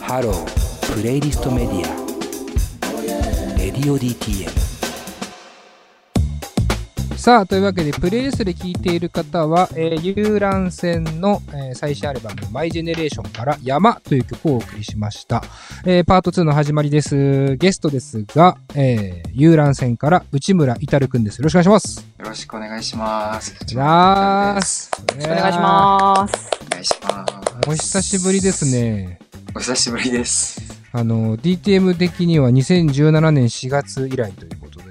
ハロープレイリストメディア「レディオ DTM」さあ、というわけで、プレイリストで聴いている方は、えー、遊覧船の、えー最新アルバム、マイジェネレーションから、山という曲をお送りしました。えーパート2の始まりです。ゲストですが、えー遊覧船から内村至くんです。よろしくお願いします。よろしくお願いします。おお願いします。お願いします。願いします。お久しぶりです。ね。お久しぶりです。あの、DTM 的には2017年4月以来ということで。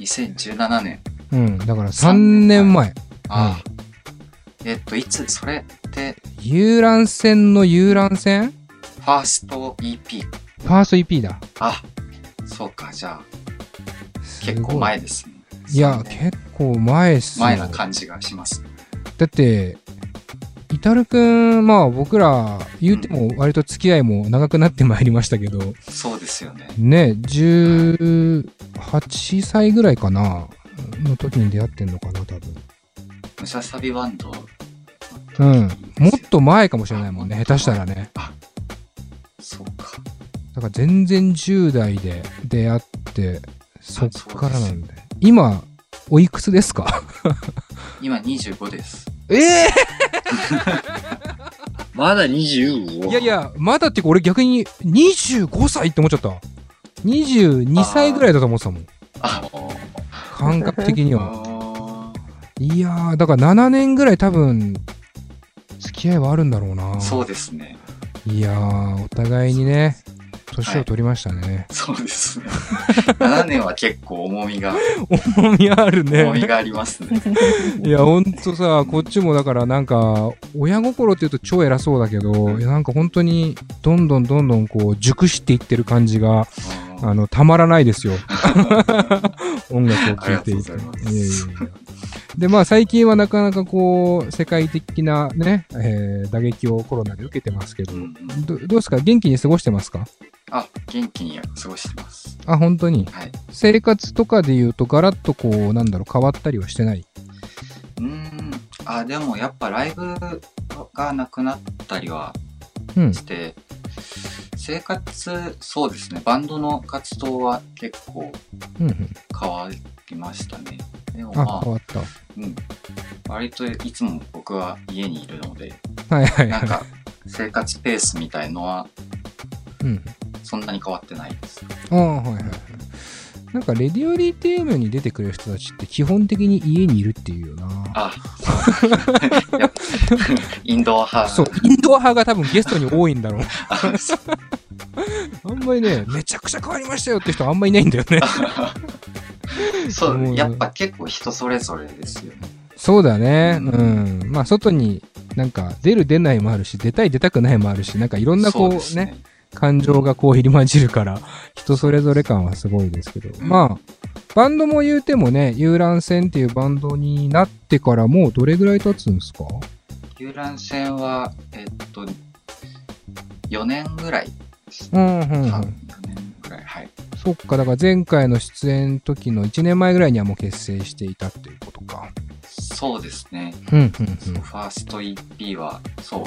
2017年。うん、だから3年前。ああ。えっと、いつ、それって、遊覧船の遊覧船ファースト EP。ファースト EP だ。あ、そうか、じゃあ、すごい結構前ですね。いや、そうね結構前っすよ前な感じがします。だって、イタルくん、まあ僕ら、言うても割と付き合いも長くなってまいりましたけど、そうですよね。ね、18歳ぐらいかな、の時に出会ってんのかな、多分。ムササビバンド。うん。もっと前かもしれないもんね、下手したらね。そうか。だから全然10代で出会って、そっからなんで。今、おいくつですか今25です。ええまだ 25? いやいや、まだっていうか俺逆に25歳って思っちゃった。22歳ぐらいだと思ってたもん。あ、感覚的に は。あいやー、だから7年ぐらい多分、付き合いはあるんだろうなー。そうですね。いやー、お互いにね、年を取りましたね。そうですね。7年は結構重みが、 重みある重みね。がありますね。いや、ほんとさ、こっちもだからなんか、親心って言うと超偉そうだけど、いやなんか本当に、どんどんどんどんこう、熟していってる感じが、うん あの、たまらないです よ。音楽を聴いていて。ありがとうございまいやいやいやで、まあ最近はなかなかこう、世界的なね、えー打撃をコロナで受けてますけどう、んうんどどうですか元気に過ごしてますかあ、元気に過ごしてます。あ、本当に。はい。生活とかで言うと、ガラッとこう、なんだろう、変わったりはしてない。うーん。あ、でもやっぱライブがなくなったりはうん。して、生活、そうですね、バンドの活動は結構うん、うん。変わりましたね。でもあま、あ変、わった。うん。割といつも僕は家にいるので、はいはいなん は。か生活ペースみたいのはいうん。そんなに変わってないです。ああ、はいはいはい。なんか、レディオリテームに出てくる人たちって、基本的に家にいるっていうよな。あ、そう やっぱインドア派。そう、インドア派が多分ゲストに多いんだろう。あそうあんまりね、めちゃくちゃ変わりましたよって人あんまりいないんだよね。そもうう、やっぱ結構人それぞれですよね。そうだね。う。うんまあ、外に、なんか、出る出ないもあるし、出たい出たくないもあるし、なんかいろんなこうそね、です。感情がこう入り混じるから、人それぞれ感はすごいですけど。うんまあ、バンドも言うてもね、遊覧船っていうバンドになってからもうどれぐらい経つんですか遊覧船は、えっと、4年ぐらいですね。うん、うん、う多ん。分4年ぐらい。はい。そっか、だから前回の出演時の1年前ぐらいにはもう結成していたっていうことか。そうですね。うん、うん、うん。ファースト EP は、そう、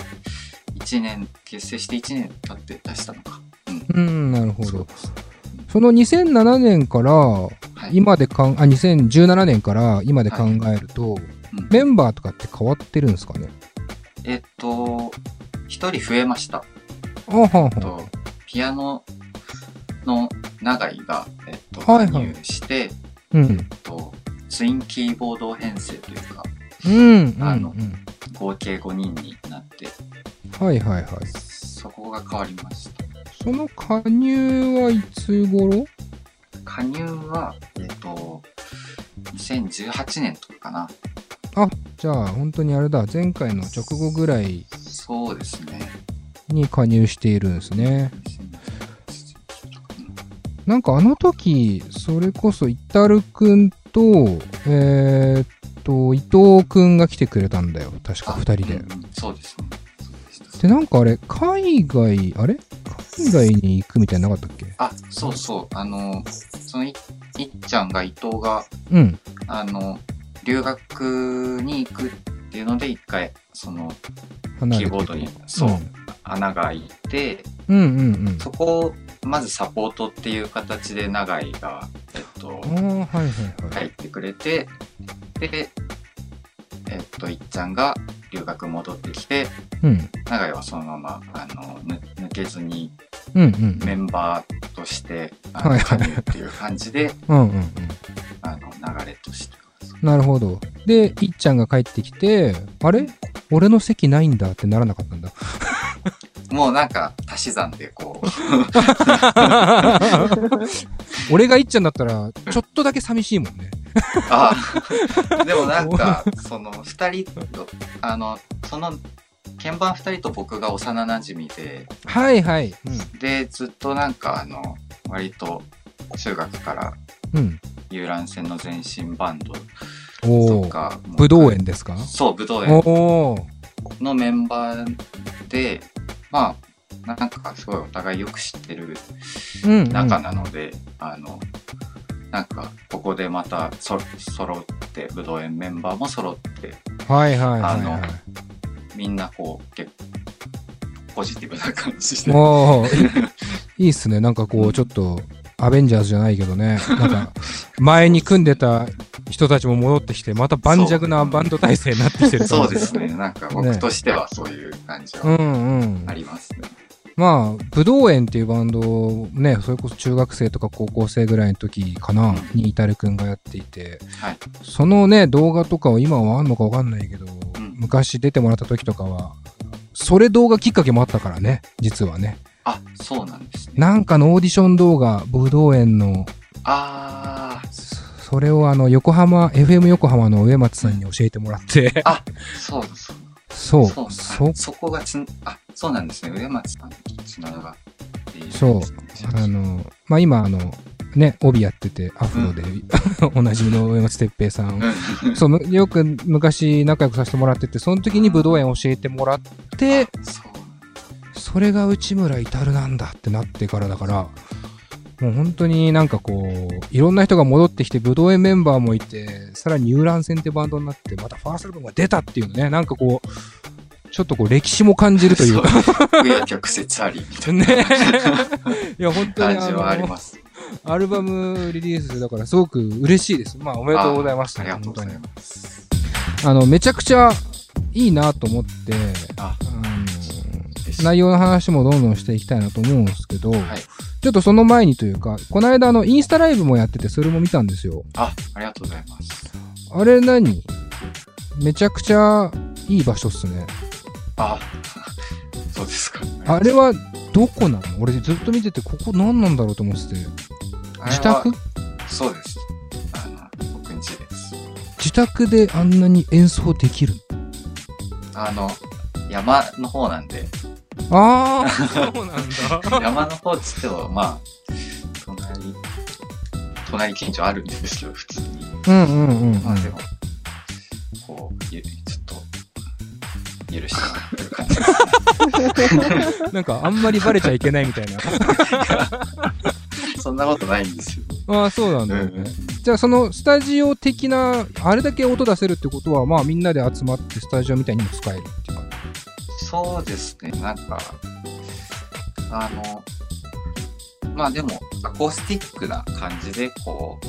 1年、結成して1年経って出したのか。うん。うん、なるほそうど。ですその2007年から、はい、今でかん、あ、2017年から今で考えると、うんメンバーとかって変わってるんですかねえっと、1人増えました。あはんはんえっと、ピアノの永井が、えっと、はいはい加入して、うん。えっと、ツインキーボード編成というか、うん。あうんの合計5人になって、うん。はいはいはい。そこが変わりました。その加入はいつ頃加入は、えっ、と、2018年とかかな。じゃあ、本当にあれだ、前回の直後ぐらいそうですね。に加入しているんですね。 2018なんかあの時、それこそ、イタルくんと、えーっと、伊藤くんが来てくれたんだよ。確かあ2人でう。んうんそうですね。そうでしで、たなんかあれ、海外、あれ海外に行くみたいなのなかったっけあ、そうそう。あの、そのい、いっちゃんが伊藤が、うん。あの、留学に行くっていうので、一回、その、離キーボードにそ。そううん穴が開いて、うんうんそこをまずサポートっていう形で永井が、えっと、うん。あーはいはいはい。入ってくれてでえっといっちゃんが留学戻ってきてうん。永井はそのままあのぬ抜けずにうんうん。メンバーとしてあのはいは加い入っていう感じでうんうんうん。あの流れとしてます。なるほど。で、いっちゃんが帰ってきて、あれ俺の席ないんだってならなか ったんだ。もうなんか足し算でこう俺がいっちゃんだったら、ちょっとだけ寂しいもんね。ああでもなんかその2人とあのその鍵盤2人と僕が幼なじみではいはい。でずっとなんかあの割と中学からうん。遊覧船の前身バンドうん。おとー。か武道園ですかそう武道園おー。のメンバーでまあなんかすごいお互いよく知ってるうんうん。仲なので、あのなんかここでまたそ揃って武道園メンバーも揃ってはいはいはあい、はいの。みんなこう結構ポジティブな感じでおお いいっすねなんかこうちょっとアベンジャーズじゃないけどねなんか前に組んでた人たちも戻ってきてまた盤石なバンド体制になってきてるそ感うじですねなんか僕としてはそういう感じうはんうんあ、りますねまあ武道園っていうバンドをねそれこそ中学生とか高校生ぐらいの時かなにイタルくんがやっていて、はいそのね動画とかは今はあんのかわかんないけど、ん昔出てもらった時とかはそれ動画きっかけもあったからね実はねあそうなんですねなんかのオーディション動画武道園のあーそそれをあの横浜 FM 横浜の上松さんに教えてもらってあそうそうそうそうそあそこがつんあそうなんですね上松さんとつながっているんですそうねあ のまあ今あのね帯やっててアフロで、 おなじみの上松哲平さんうそうむよく昔仲良くさせてもらっててその時に武道園教えてもらってんそうそれが内村至るなんだってなってからだからもう本当になんかこういろんな人が戻ってきて武道園メンバーもいてさらに遊覧船ってバンドになってまたファーストアルバムが出たっていうねなんかこうちょっとこう歴史も感じると いうかそう紆余曲折ありみたい ねいや本当にあな感じはありのます。アルバムリリースだからすごく嬉しいです まあおめでとうございますありがと本うご当ざにいます。あのめちゃくちゃいいなと思ってああの内容の話もどんどんしていきたいなと思うんですけど、はいちょっとその前にというか、この間あのインスタライブもやってて、それも見たんですよ。あ、ありがとうございます。あれ何めちゃくちゃいい場所っすね。あ、 そうですか。あれはどこなの俺ずっと見てて、ここ何なんだろうと思ってて。あれは自宅そうです。あの、僕ん家です。自宅であんなに演奏できるあの、山の方な んで、のああ、 そうなんだ。山の方っつっても、まあ、隣、隣近所あるんですけど、普通に。うんうんうんうん。まあでも、こう、ゆちょっと、許してもらってる感じですね。なんかあんまりバレちゃいけないみたいな。 そんなことないんですよ。ああ、そうなんだようんね。じゃあそのスタジオ的なあれだけ音出せるってことはまあみんなで集まってスタジオみたいにも使えるっていうかそうですね、なんか、あの、まあでも、アコースティックな感じで、こ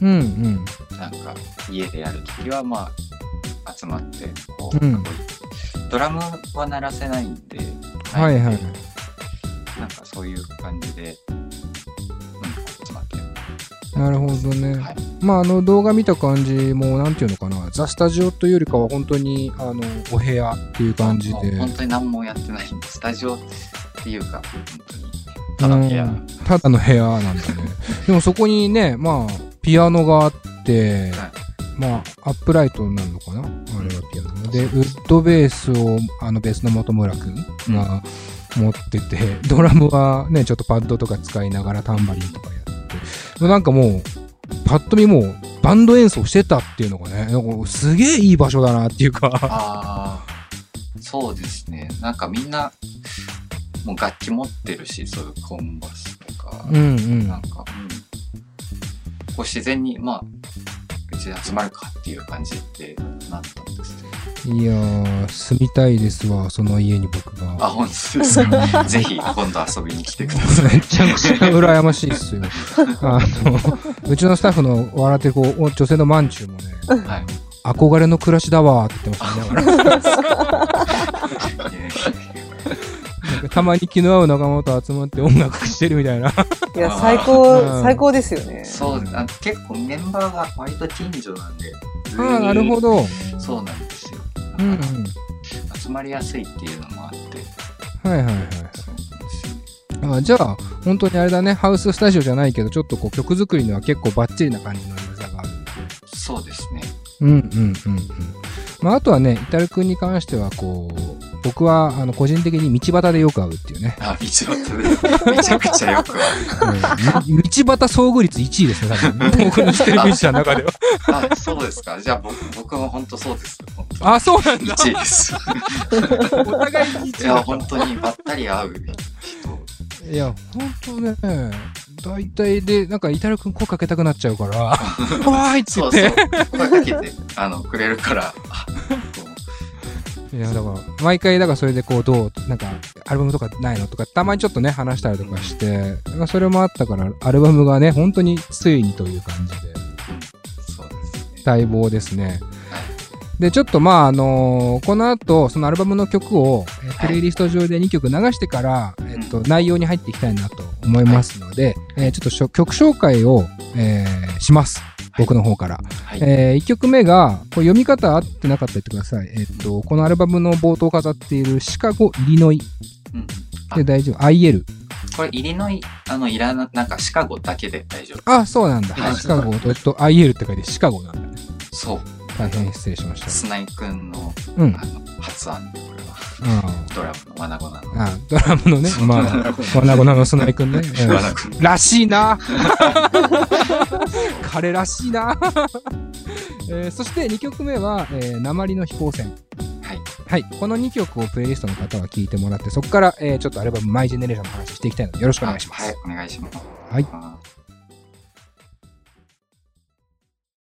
うんうんう、なんか、家でやるときは、まあ、集まって、こう、うんこうドラムは鳴らせないんで、はいはいなんでなんかそういう感じで、うん、集まって。なるほどね、はいまああの動画見た感じもなんていうのかなザ・スタジオというよりかは本当にあのお部屋っていう感じでもう本当に何もやってないんで、スタジオっていうか、本当に、ただ部屋。うんただの部屋 なんだねでもそこにねまあピアノがあって、はいまあアップライトになるのかなあれはピアノでウッドベースをあのベースの本村くんが持ってて、 ドラムはねちょっとパッドとか使いながらタンバリンとかやってもうなんかもうパッと見もうバンド演奏してたっていうのがねなんかすげえいい場所だなっていう かああ、そうですね。なんかみんな、もう楽器持ってるし、そういうコンバスとか、うんうんなんか、うん、こう自然に、まあ、うちで集まるかっていう感じってなったんですね。いやー、住みたいですわ、その家に僕あ、が。本当ですか。 ぜひ今度遊び に来てくださめちゃくちゃ羨ましいっ すよ。あの、うちのスタッフの笑ってこう、女性のマンチューもね、い。はい。憧れの暮らしだわーって言ってましたねだから。えたまに気の合う仲間と集まって音楽してるみ たいな。いや、最高う、ん最高ですよねー。そうあ結構メンバーが割と近所なんで。ああ、なるほど。そうなんですよ。うんうん。集まりやすいっていうのもあって。はいはいはい。そうなんですよあじゃあ、本当にあれだね、ハウススタジオじゃないけど、ちょっとこう曲作りには結構バッチリな感じのユーザーがある。そうですね。うんうんうんうん。まあ、あとはね、イタル君に関しては、こう、僕は、あの、個人的に道端でよく会うっていうね。あ、道端で。めちゃくちゃよくある。うんみ道端遭遇率1位ですね、多分。僕の知ってるミュージシャンの 中では。あ、そうですか。じゃあ僕、僕も本当そうです。本当あ、そうなんだ。 1位です。お互いに1い位だや、った本当にばったり会う人。いや、ほんとね、大体で、なんか、イタル君声かけたくなっちゃう から、わーいっつそっうそうて。。声かけて、あの、くれるから。あいや、だから、毎回、だからそれでこう、どう、なんか、アルバムとかないのとか、たまにちょっとね、話したりとかして、まあ、それもあったから、アルバムがね、本当についにという感じで、そうですね。待望ですね。で、ちょっとまあ、あのーこの後、そのアルバムの曲を、えーはいプレイリスト上で2曲流してから、えっと、内容に入っていきたいなと思いますので、えーちょっとしょ曲紹介を、えーします。僕の方から。はい。え1曲目が、これ読み方合ってなかったら言ってください。えっと、このアルバムの冒頭を飾っているシカゴ・イリノイうんあで大丈夫。IL。これ、イリノイ、あの、いらな、なんかシカゴだけで大丈夫。あ、そうなんだ。はいシカゴと、えっと、IL って書いてシカゴなんだね。そう。大変失礼しましスナイ君の、た。うん。うんあの、発案で、これは。ドラムのマナゴなの。あドラムのね、まあ、マナゴナのスナイ君ね。うんマナゴのらしいな 彼らしいな、えーそして2曲目は、えー鉛の飛行船はい。はいこの2曲をプレイリストの方は聴いてもらってそこから、えーちょっとアルバム「マイジェネレーションの話していきたいのでよろしくお願いします、はい、お願いします。はいあ